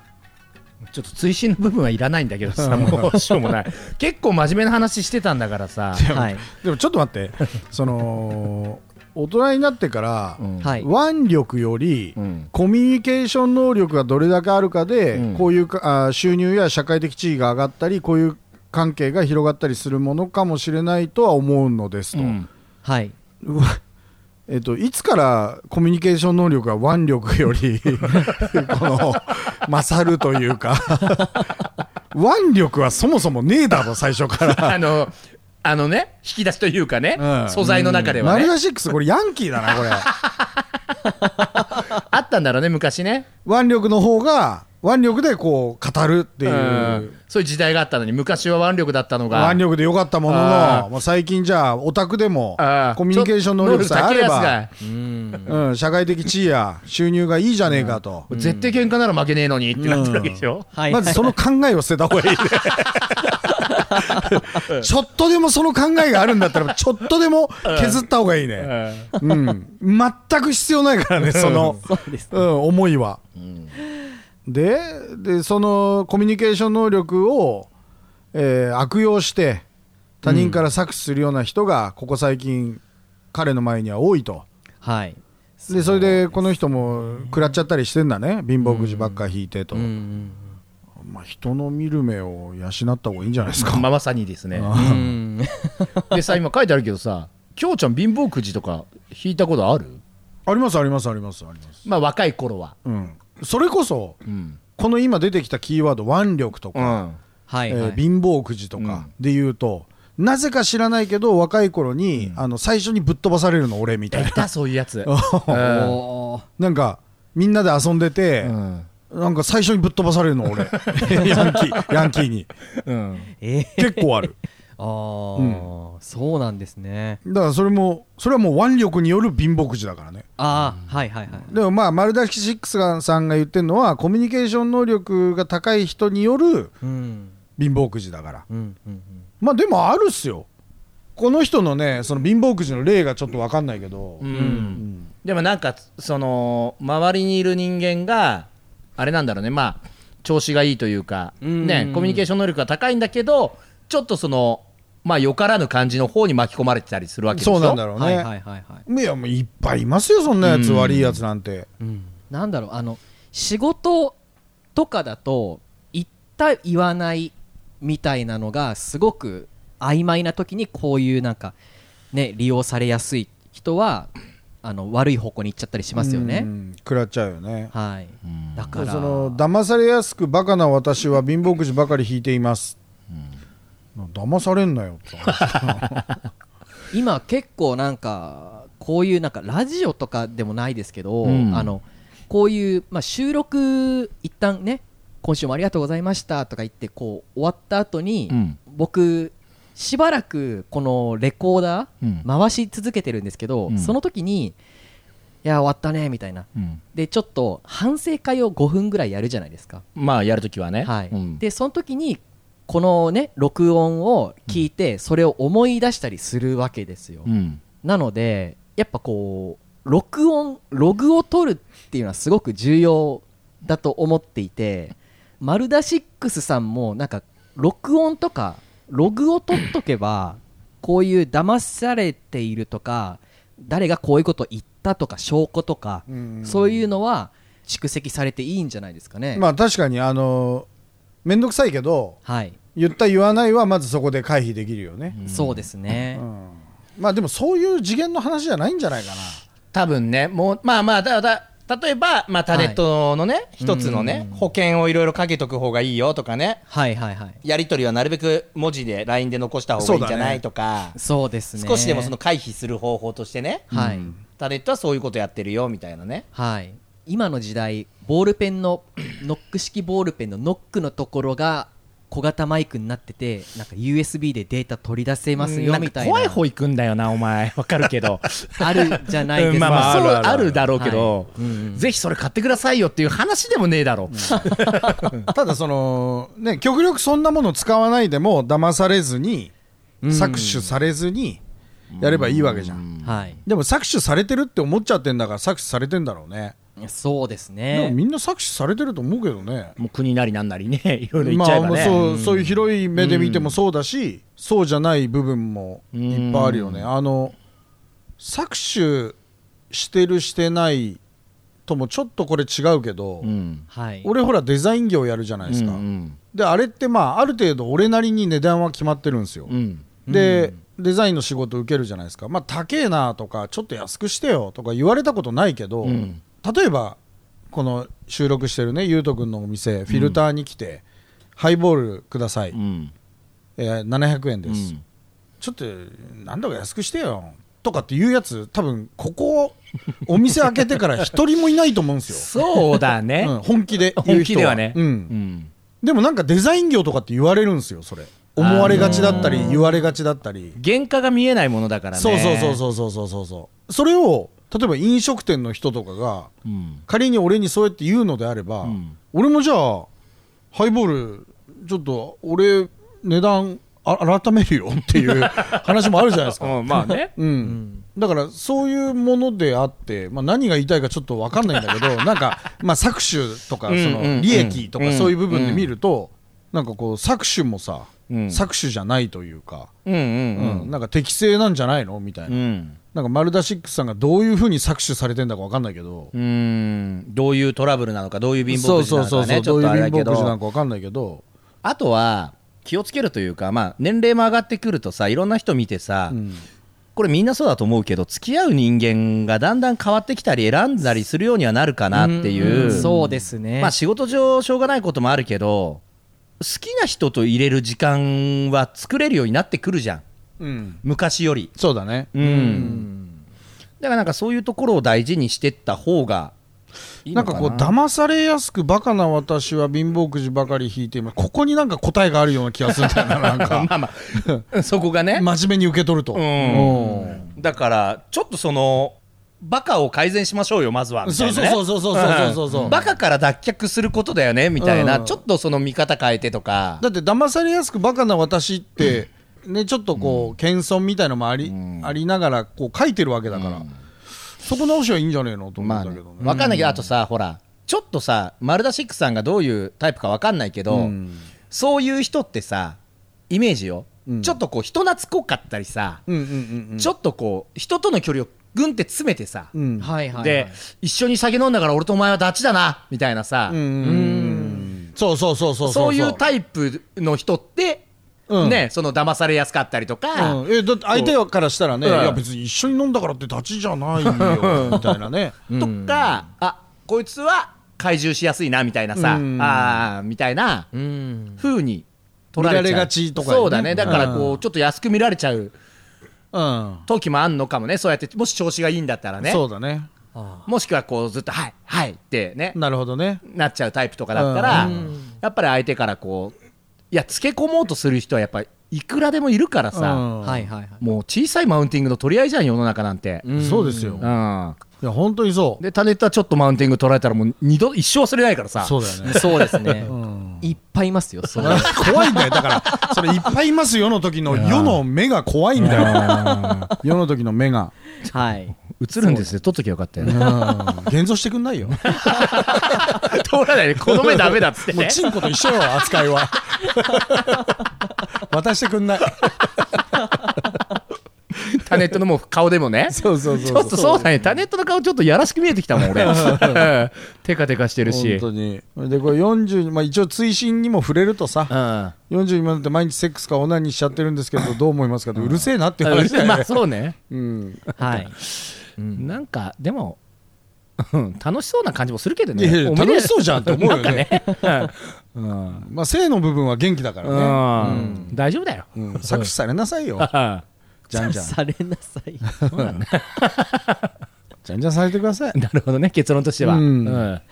S3: ちょっと追伸の部分はいらないんだけどさ、もうしょうもない。結構真面目な話してたんだから
S5: <laughs>
S3: さ。
S2: はい、
S5: でもちょっと待ってその大人になってから、
S3: うん
S2: はい、
S5: 腕力より、
S3: うん
S5: コミュニケーション能力がどれだけあるかで、
S3: うん
S5: こういうかあ収入や社会的地位が上がったりこういう関係が広がったりするものかもしれないとは思うのですと、
S3: うん
S2: はい、
S5: うわ <laughs> えっと、いつからコミュニケーション能力が腕力よりこの勝るというか <laughs> 腕力はそもそもねえだろ最初から
S3: <laughs> あの、あのね、引き出しというかね、
S5: うん
S3: 素材の中では
S5: マ
S3: ね
S5: リ、アシックスこれヤンキーだなこれ
S3: 合っったんだろうね昔ね
S5: 腕力の方が腕力でこう語るっていううん
S3: そういう時代があったのに昔は腕力だったのが
S5: 腕力で良かったもの
S3: あ
S5: の
S3: ー
S5: もう最近じゃあオタクでも
S3: ああ
S5: コミュニケーション能力さえあれ
S3: 能力高い
S5: ば
S3: やつ
S2: うん
S5: うん社会的地位や収入がいいじゃねえかと
S3: が絶対喧嘩なら負けねえのにってなってるわけでしょ、
S2: はい、
S5: まずその考えを捨てた方が
S2: <laughs>
S5: いいねちょっとでもその考えがあるんだったらちょっとでも削った方がいいねうん全く必要ないからねその
S2: そうです
S5: うん、思いは、ででそのコミュニケーション能力を、えー悪用して他人から搾取するような人がここ最近彼の前には多いと
S2: はい
S5: でそれでこの人も食らっちゃったりしてんだね貧乏くじばっか引いてと、
S2: うんうん
S5: まあ、人の見る目を養った方がいいんじゃないですか、 <laughs>
S3: まあまさにですね
S2: うん
S3: でさ今書いてあるけどさきょうちゃん貧乏くじとか引いたことある
S5: ありますありますありますあります、
S3: まあ若い頃は
S5: うん、それこそ
S3: うん、
S5: この今出てきたキーワード腕力とか、
S2: はい、
S5: え
S2: は
S5: ー
S2: い
S5: 貧乏くじとかで言うと、なぜか知らないけど若い頃に、あの最初にぶっ飛ばされるの俺みた
S2: <laughs>
S5: い
S3: い
S5: な
S3: たそういうや
S5: <laughs>
S3: つ、うん
S2: おー
S5: なんかみんなで遊んでて、なんか最初にぶっ飛ばされる
S2: <laughs>
S5: の俺ヤンキーヤンキーに
S3: うん
S2: えー
S5: 結構ある
S2: あーそうなんですね
S5: だからそれもそれはもう腕力による貧乏くじだからね
S2: ああ、はいはいはい
S5: でもまあ丸出しシックスさんが言ってるのはコミュニケーション能力が高い人による
S2: うん
S5: 貧乏くじだから
S2: うんうんうん
S5: まあでもあるっすよこの人のねその貧乏くじの例がちょっと分かんないけど、
S3: うん
S5: ん
S3: でもなんかその周りにいる人間があれなんだろうねまあ調子がいいというか、
S2: うん
S3: ね、コミュニケーション能力が高いんだけどちょっとそのまあよからぬ感じの方に巻き込まれてたりするわけでしょ
S5: そうなんだろうね、
S2: はいはいはいはい
S5: いやもういっぱいいますよそんなやつ、
S3: うん
S5: 悪いやつなんて
S2: なんだろうあの仕事とかだと言った言わないみたいなのがすごく曖昧な時にこういうなんかね利用されやすい人はあの悪い方向に行っちゃったりしますよ
S5: う
S2: ね
S5: ん食らっちゃうよね
S2: はい
S3: うん
S2: だから
S5: その騙されやすくバカな私は貧乏くじばかり引いています、騙されんなよって話
S2: 今結構なんかこういうなんかラジオとかでもないですけど、
S3: うん
S2: あのこういう、まあ、収録一旦ね今週もありがとうございましたとか言ってこう終わった後に、
S3: うん
S2: 僕しばらくこのレコーダ
S3: うん
S2: ー回し続けてるんですけど、
S3: うん
S2: その時にいや終わったねみたいな
S3: うん
S2: でちょっと反省会を5分ぐらいやるじゃないですか
S3: まあやるときはね、
S2: はい
S3: うん
S2: でその時にこのね録音を聞いてそれを思い出したりするわけですよ、
S3: うん
S2: なのでやっぱこう録音ログを取るっていうのはすごく重要だと思っていてマルダシックスさんもなんか録音とかログを取っとけばこういう騙されているとか誰がこういうこと言ったとか証拠とか
S5: うん
S2: そういうのは蓄積されていいんじゃないですかね。
S5: まあ確かにあの面倒くさいけど
S2: はい、
S5: 言った言わないはまずそこで回避できるよね、
S2: そうですね、
S5: うんまあでもそういう次元の話じゃないんじゃないかな
S3: 多分ねもうまあまあだだ例えば、まあ、タネットのね、一つのね、保険をいろいろかけとく方がいいよとかね
S2: はいはいはい
S3: やり取りはなるべく文字で LINE で残した方がいいんじゃないとか、
S2: そうですね
S3: 少しでもその回避する方法としてね、
S2: はい、
S3: タネットはそういうことやってるよみたいなね
S2: はい、今の時代ボールペンの <clears throat> ノック式ボールペンのノックのところが小型マイクになっててなんか USB でデータ取り出せますよみたいな
S3: 怖い方行くんだよなお前わかるけ <laughs> ど
S2: あるじゃないです
S3: う
S2: か、
S3: んまあまあ
S2: そ
S3: そううあるだろうけど、
S2: はいうんうん
S3: ぜひそれ買ってくださいよっていう話でもねえだろう、
S5: ただそのね極力そんなもの使わないでも騙されずに搾取されずにやればいいわけじゃん、
S2: はい
S5: でも搾取されてるって思っちゃってんだから搾取されてんだろうね、
S2: そうです
S5: でも
S2: ね
S5: みんな搾取されてると思うけどね
S3: もう国なりなんなりね <laughs> いろいろ言っちゃえば
S5: まあ
S3: ね、
S5: そうそういう広い目で見てもそうだし、そうじゃない部分もいっぱいあるよね、あの搾取してるしてないともちょっとこれ違うけど、
S3: うん
S2: はい
S5: 俺ほらデザイン業やるじゃないですか、であれってまあある程度俺なりに値段は決まってるんですよ、
S3: うんうん
S5: で、デザインの仕事受けるじゃないですか、まあ、高えなとか、ちょっと安くしてよとか言われたことないけど、
S3: うん
S5: 例えば、この収録してるね、ゆうとくんのお店、フィルターに来て、ハイボールください、
S3: うん
S5: えー700円です、
S3: うん
S5: ちょっと、なんだか安くしてよとかっていうやつ、多分ここお店開けて
S3: <laughs>
S5: から一人もいないと思うんです
S3: そうだ
S5: よ、
S3: ね、
S5: うん本気で言う人
S3: 本気ではね、
S5: うん
S3: うん
S5: でもなんかデザイン業とかって言われるんですよそれ思われがちだったり言われがちだったり
S3: 原価が見えないものだからね
S5: そうそうそうそうそうそうそうそうそれを例えば飲食店の人とかが
S3: うん、
S5: 仮に俺にそうやって言うのであれば、
S3: うん
S5: 俺もじゃあハイボールちょっと俺値段あ改めるよって
S3: <laughs>
S5: いう話もあるじゃないですか、
S3: うん、まあね
S5: うんだからそういうものであって、まあ、何が言いたいかちょっと分かんないんだけ
S3: <laughs>
S5: どなんか、まあ、搾取とかそ
S3: うんうんう
S5: の
S3: ん
S5: 利益と
S3: う
S5: か
S3: ん
S5: そういう部分で見ると、なんかこう搾取もさ、
S3: うん
S5: 搾取じゃないというか、
S3: うん
S5: <laughs>
S3: うん
S5: う
S3: う
S5: んんなんか適正なんじゃないのみたいな、
S3: うん
S5: なんかマルダシックスさんがどういうふうに搾取されてんだか分かんないけど、
S3: うーんどういうトラブルなのかどういう貧
S5: そ
S3: 乏
S5: う
S3: くじ
S5: そ
S3: な
S5: う
S3: の
S5: そう
S3: か
S5: そう
S3: ねち
S5: ど
S3: ょっ
S5: うい
S3: とあれ
S5: う
S3: だ
S5: 貧
S3: け
S5: 乏くじなの
S3: ど
S5: かわかんないけど、
S3: あとは気をつけるというか、まあ、年齢も上がってくるとさいろんな人見てさ、
S5: うん
S3: これみんなそうだと思うけど付き合う人間がだんだん変わってきたり選んだりするようにはなるかなっていう、
S2: んそうですね、
S3: まあ仕事上しょうがないこともあるけど好きな人と入れる時間は作れるようになってくるじゃん
S5: うん、
S3: 昔より
S5: そうだね
S3: うん、だからなんかそういうところを大事にしてった方がいい
S5: な
S3: の
S5: ん
S3: か
S5: か
S3: な
S5: こう騙されやすくバカな私は貧乏くじばかり引いていますここになんか答えがあるような気がするんだよななん
S3: <laughs>
S5: か
S3: まあまあそこがね、
S5: 真面目に受け取ると、
S3: うんだからちょっとそのバカを改善しましょうよまずはみたいな、ね、
S5: そうそうそうそうそうそうそうそう
S3: バカから脱却することだよねみたいな、
S5: うん
S3: ちょっとその見方変えてとか
S5: だって騙されやすくバカな私って、ね、ちょっとこう謙遜みたいのもあり,、ありながらこう書いてるわけだから、そこ直しはいいんじゃねえのと思
S3: ま
S5: う
S3: あ
S5: んだ
S3: ね
S5: けどね、
S3: 分かんないけどあとさほらちょっとさ丸田シックさんがどういうタイプか分かんないけど、
S5: うん
S3: そういう人ってさイメージよ、
S5: うん
S3: ちょっとこう人懐っこかったりさ、
S5: うんうんうんうん
S3: ちょっとこう人との距離をぐんって詰めてさ、
S5: うん
S2: はいはいはい、
S3: で、一緒に酒飲んだから俺とお前はダチだなみたいなさ、
S5: うんうんうんそうそうそうそう
S3: そういうタイプの人って、
S5: うん
S3: ねその騙されやすかったりとか、
S5: うん、えだって相手からしたらね、
S3: うん
S5: いや別に一緒に飲んだからって立ちじゃない <laughs> よみたいなね
S3: とか、あこいつは懐柔しやすいなみたいなさ、
S5: うん
S3: あーみたいな
S2: うん、
S3: ふうに取られちゃう
S5: 見られがちとかね
S3: そうだねだからこう、
S5: うん
S3: ちょっと安く見られちゃう
S5: うん、
S3: 時もあんのかもねそうやってもし調子がいいんだったらね
S5: そうだね
S2: あ
S3: もしくはこうずっと「はいはい」ってね
S5: なるほどね
S3: なっちゃうタイプとかだったら、
S2: うん
S3: やっぱり相手からこういやつけ込もうとする人はやっぱりいくらでもいるからさ、
S5: うん
S2: あはいはいはい、
S3: もう小さいマウンティングの取り合いじゃん世の中なんて、
S2: ん
S5: そうですよ、
S3: う
S5: い
S3: ん、
S5: や本当にそう
S3: でタネットはちょっとマウンティング取られたらもう二度一生忘れないからさ
S5: そうだよね
S2: そうですね、
S5: ん
S2: いっぱいいますよそう
S5: <laughs> 怖いんだよだからそれいっぱいいますよの時の世の目が怖いんだよ世の時の目が
S2: はい
S3: 映るんですよ撮っときゃよかったよ
S5: う
S3: ね
S5: ん現像してくんないよも
S3: 通らないでこの目ダメだっつ
S5: <laughs>
S3: って
S5: うチンコと一緒よ扱い <laughs> は渡してくんない
S3: タネットのもう顔でもね
S5: <laughs> そうそう
S3: ちょっとそうだねタネットの顔ちょっとやらしく見えてきたも
S5: <laughs>
S3: ん俺うんテカテカしてるし
S5: 本当にでこれ40、まあ、一応追伸にも触れるとさ
S3: うん
S5: 40になって毎日セックスかオナニーしちゃってるんですけ
S3: <laughs>
S5: どどう思いますかってうるせえなっていう話だよね
S3: まあそうね
S5: うん
S2: はい
S3: <laughs> なんかでもうん楽しそうな感じもするけど
S5: いやい
S3: ね
S5: や
S3: おめで
S5: 楽しそうじゃんって思うよね
S3: なんかねうん
S5: まあ性の部分は元気だか <laughs>
S3: う
S5: らね
S3: ん大丈夫だよ <laughs>
S5: うん搾取されなさいよじゃんじゃん
S2: されなさい
S5: じゃんじゃんされてください
S3: <laughs> なるほどね結論としては
S5: うん
S3: うん
S5: な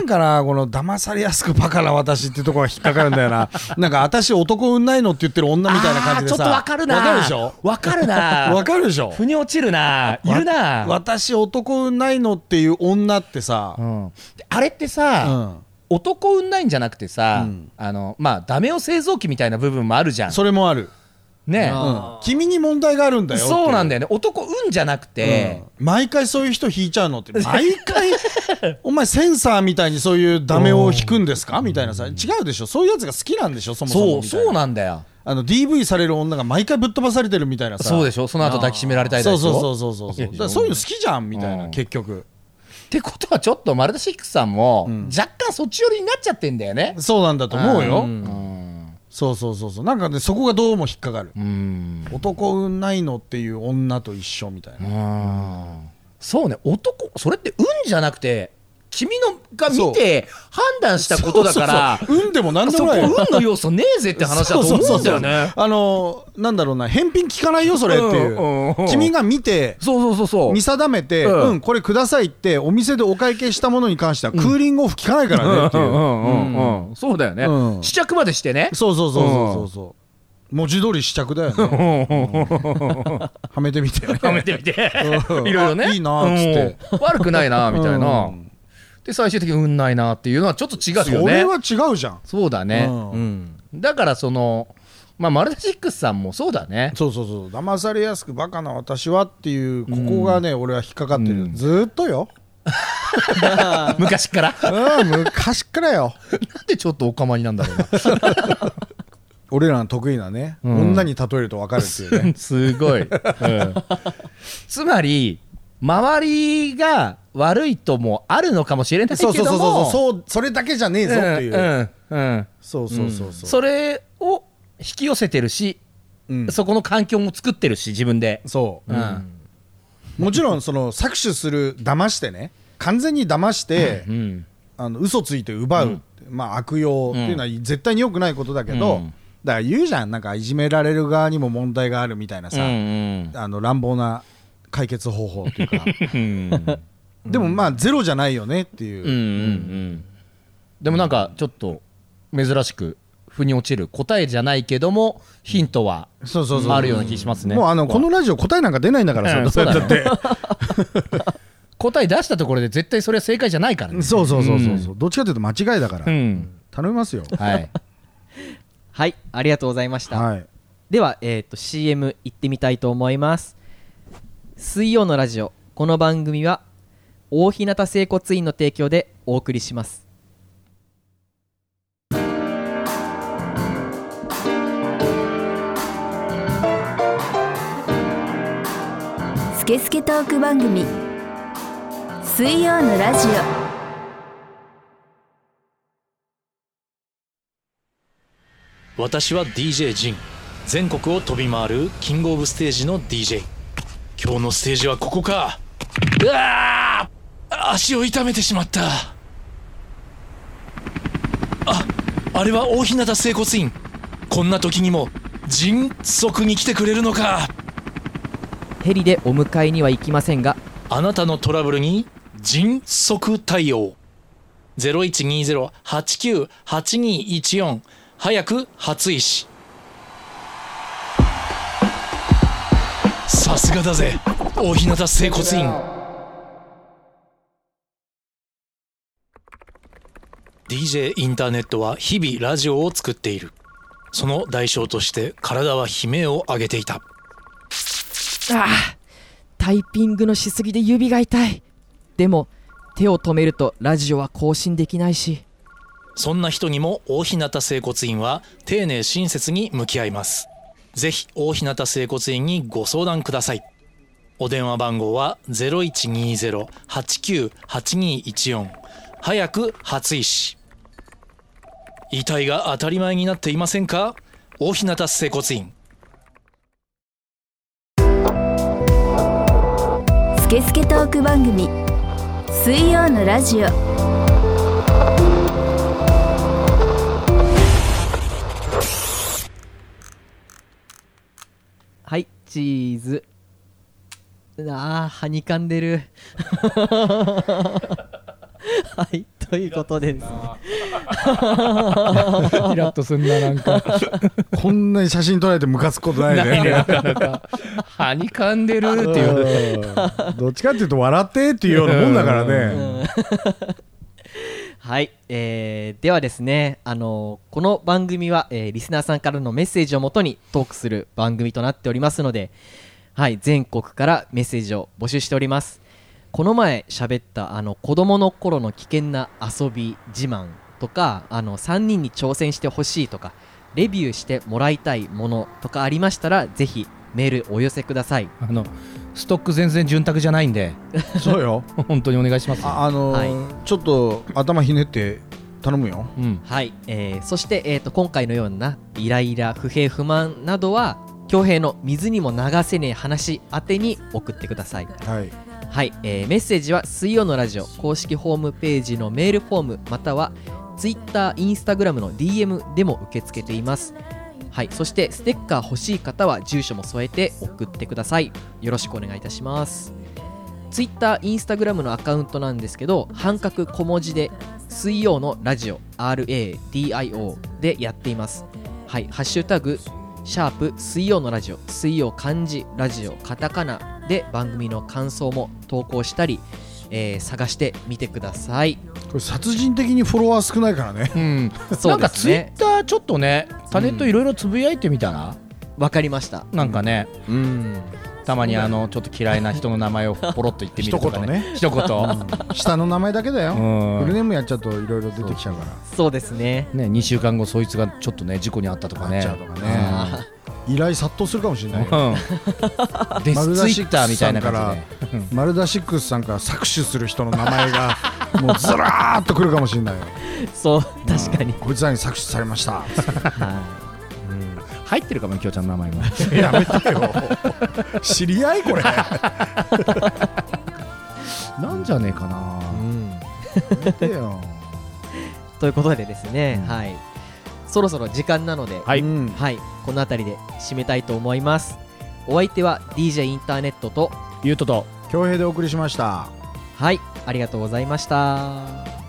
S5: んかなこの騙されやすくバカな私ってとこが引っかかるんだ
S3: <laughs>
S5: よななんか私男産んないのって言ってる女みたいな感じでさ
S3: あーちょっとわかるな
S5: わかるでしょ
S3: <laughs> わかるな
S5: わかるでしょ
S3: 腑に落ちるないるな
S5: 私男産んないのっていう女ってさ
S3: うんであれって
S5: う
S3: さ、
S5: ん
S3: 男産んないんじゃなくてさ、
S5: うん
S3: あのまあダメ男製造機みたいな部分もあるじゃん
S5: それもある
S3: ね
S5: う
S2: あ
S5: ん君に問題があるんだよってい
S3: そうなんだよね男産んじゃなくて、
S5: うん毎回そういう人引いちゃうの
S3: <laughs>
S5: って毎回お前センサーみたいにそういうダメを引くんですかみたいなさ違うでしょそういうやつが好きなんでしょそもそも
S3: そう
S5: みたい
S3: そうなんだよ
S5: あの DV される女が毎回ぶっ飛ばされてるみたいなさ
S3: そうでしょその後抱きしめられたりだ
S5: そ
S3: で
S5: う
S3: しょ
S5: そうそうそうそうだからそういうの好きじゃんみたいな、
S3: うん
S5: 結局
S3: ってことはちょっと丸田シックさんも、
S5: ん
S3: 若干そっち寄りになっちゃってんだよね
S5: そうなんだと思うよ、
S2: ん
S3: うん
S5: そうそうそうそうなんかねそこがどうも引っかかる、
S3: うん
S5: 男産んないのっていう女と一緒みたいな、
S3: そうね男それって運じゃなくて君のが見て判断したことだから
S5: そうそう運でも何で
S3: そ
S5: も
S3: こ
S5: ないよ
S3: 運の要素ねえぜって話だと思うんだよね
S5: あのなんだろうな返品聞かないよそれっていう,、
S3: うんうんうん
S5: 君が見て
S3: そうそうそうそう
S5: 見定めて、う
S3: うんん
S5: これくださいってお店でお会計したものに関してはクーリングオフ聞かないからねっていう、
S3: うんうんうんうんそうだよね、
S5: うん
S3: 試着までしてね
S5: そうそうそうそうそうそう文字通り試着だ
S3: <laughs>
S5: よねはめてみてよね
S3: やめてみて <laughs>
S5: うん
S3: いろいろね
S5: あいいなーっつって、
S3: うん悪くないなみたいな、
S5: うん
S3: で最終的に運ないなっていうのはちょっと違
S5: そう
S3: よ
S5: れ
S3: ね
S5: は違うじゃん、
S3: そうだね、
S5: うん
S2: うん
S3: だからその、まあ、マルタシックスさんもそうだね
S5: そうそうそう騙されやすくバカな私はっていうここがね、俺は引っかかってる、
S3: うん
S5: ずーっとよ、
S3: 昔から
S5: うん、昔からよ
S3: なんでちょっとお構いなんだろう
S5: 俺らの得意なね、
S3: うん
S5: 女に例えると分かるっていうね
S3: なすごい、うんつまり周りが悪いともあるのかもしれないけ
S5: そうそうそう
S3: ど
S5: そう
S3: もう
S5: そうそれだけじゃねえぞっていう、
S3: んうんうん
S5: そうそうそうそう、
S3: それを引き寄せてるし、
S5: うん
S3: そこの環境も作ってるし自分で、
S5: そう、
S3: うん
S5: もちろんその搾取する騙してね完全に騙して、
S3: うん
S5: あの嘘ついて奪う、まあ、悪用っていうのは絶対に良くないことだけど、
S3: うん
S5: だから言うじゃんなんかいじめられる側にも問題があるみたいなさ、
S3: うん
S5: あの乱暴な解決方法っていうか
S3: うん
S5: でもまあゼロじゃないよねっていう、
S3: うんうんうんでもなんかちょっと珍しく腑に落ちる答えじゃないけどもヒントは
S5: そうそうそう
S3: あるような気しますね
S5: もうあのこのラジオ答えなんか出ないんだからさ、
S3: うんそうだね
S5: どうやった
S3: <laughs>
S5: っ
S3: 答え出したところで絶対それは正解じゃないからね
S5: てそうそうそうそうそうどっちかというと間違いだから、
S3: うん
S5: 頼みますよ
S3: はい
S2: はいありがとうございました、
S5: はい
S2: では、えー、と CM 行ってみたいと思います水曜のラジオこの番組は大日向整骨院の提供でお送りします
S1: スケスケトーク番組水曜のラジオ
S6: 私は DJ ジン全国を飛び回るキングオブステージの DJ 今日のステージはここかうわあ足を痛めてしまったああれは大日向整骨院こんな時にも迅速に来てくれるのか
S2: ヘリでお迎えには行きませんが
S6: あなたのトラブルに迅速対応0120-89-8214早く初石さすがだぜ大日向整骨院 DJ インターネットは日々ラジオを作っているその代償として体は悲鳴を上げていた
S2: タイピングのしすぎで指が痛いでも手を止めるとラジオは更新できないし
S6: そんな人にも大日向整骨院は丁寧親切に向き合います。ぜひ大日向整骨院にご相談ください。お電話番号は0120-89-8214早く初医師。遺体が当たり前になっていませんか大日向整骨院。
S1: スケスケトーク番組水曜のラジオ
S2: はいチーズあーはにかんでる <laughs> はいということでですね
S3: イラッとすんななんか
S7: こんなに写真撮られてムカつくことないね
S3: ないねなかなかはにかんでるっていう
S7: うんどっちかっていうと笑ってっていうようなもんだからね
S2: はい、えーではですね、あのーこの番組は、えーリスナーさんからのメッセージをもとにトークする番組となっておりますので、はい、全国からメッセージを募集しております。この前喋ったあの子供の頃の危険な遊び自慢とか、あの3人に挑戦してほしいとか、レビューしてもらいたいものとかありましたら、ぜひメールお寄せください。
S3: あのストック全然潤沢じゃないんで
S5: そうよ
S3: 本当にお願いします
S5: ああのーちょっと頭ひねって頼むよ
S3: うん
S2: はい、えーそして、えー、と今回のようなイライラ不平不満などは恭平の水にも流せねえ話宛てに送ってください
S7: はい
S2: はい、えーメッセージは水曜のラジオ公式ホームページのメールフォームまたは Twitter、Instagram の DM でも受け付けています。はい、そしてステッカー欲しい方は住所も添えて送ってください。よろしくお願いいたします。Twitter、Instagram のアカウントなんですけど、半角小文字で水曜のラジオ RADIO でやっています。はい、ハッシュタグシャープ水曜のラジオ水曜漢字ラジオカタカナで番組の感想も投稿したり、えー探してみてくださ <laughs> い
S5: これ殺人的にフォロワー少ないからね
S3: うん、
S2: そ
S3: な
S2: うんで
S3: か
S2: す
S3: ツイ
S2: ね
S3: ッターちょっとねタネットいろいろつぶやいてみたら、
S2: わかりました
S3: なんかね
S5: うん
S3: たまにあのちょっと嫌いな人の名前をポロッと言ってみるとかね一言
S5: 下の名前だけだよ
S3: <laughs> うん
S5: フルネームやっちゃうといろいろ出てきちゃうから
S2: そうですね
S3: ね、2週間後そいつがちょっとね事故に遭ったとか
S5: な
S3: ね
S5: っちゃうとかね依頼殺到するかもしれないよ
S3: うん、でツ
S5: 丸出し
S3: イッターみたいな感じで、
S5: マルダシックスさんから搾取する人の名前 <laughs> がもうずらーっとくるかもしれないよ
S2: そう確かに、
S5: こいつらに搾取されました
S2: は、
S3: 入ってるかもねきょうちゃんの名前も
S5: <laughs> やめてよ <laughs> 知り合いこれ <laughs> や
S3: なんじゃねえかない
S2: うん
S5: めてよ
S2: ということでですね、はいそろそろ時間なので、
S3: はい
S5: うん
S2: はい、この辺りで締めたいと思いますお相手は DJ インターネットと
S3: ゆうとと
S5: 恭平でお送りしました
S2: はいありがとうございました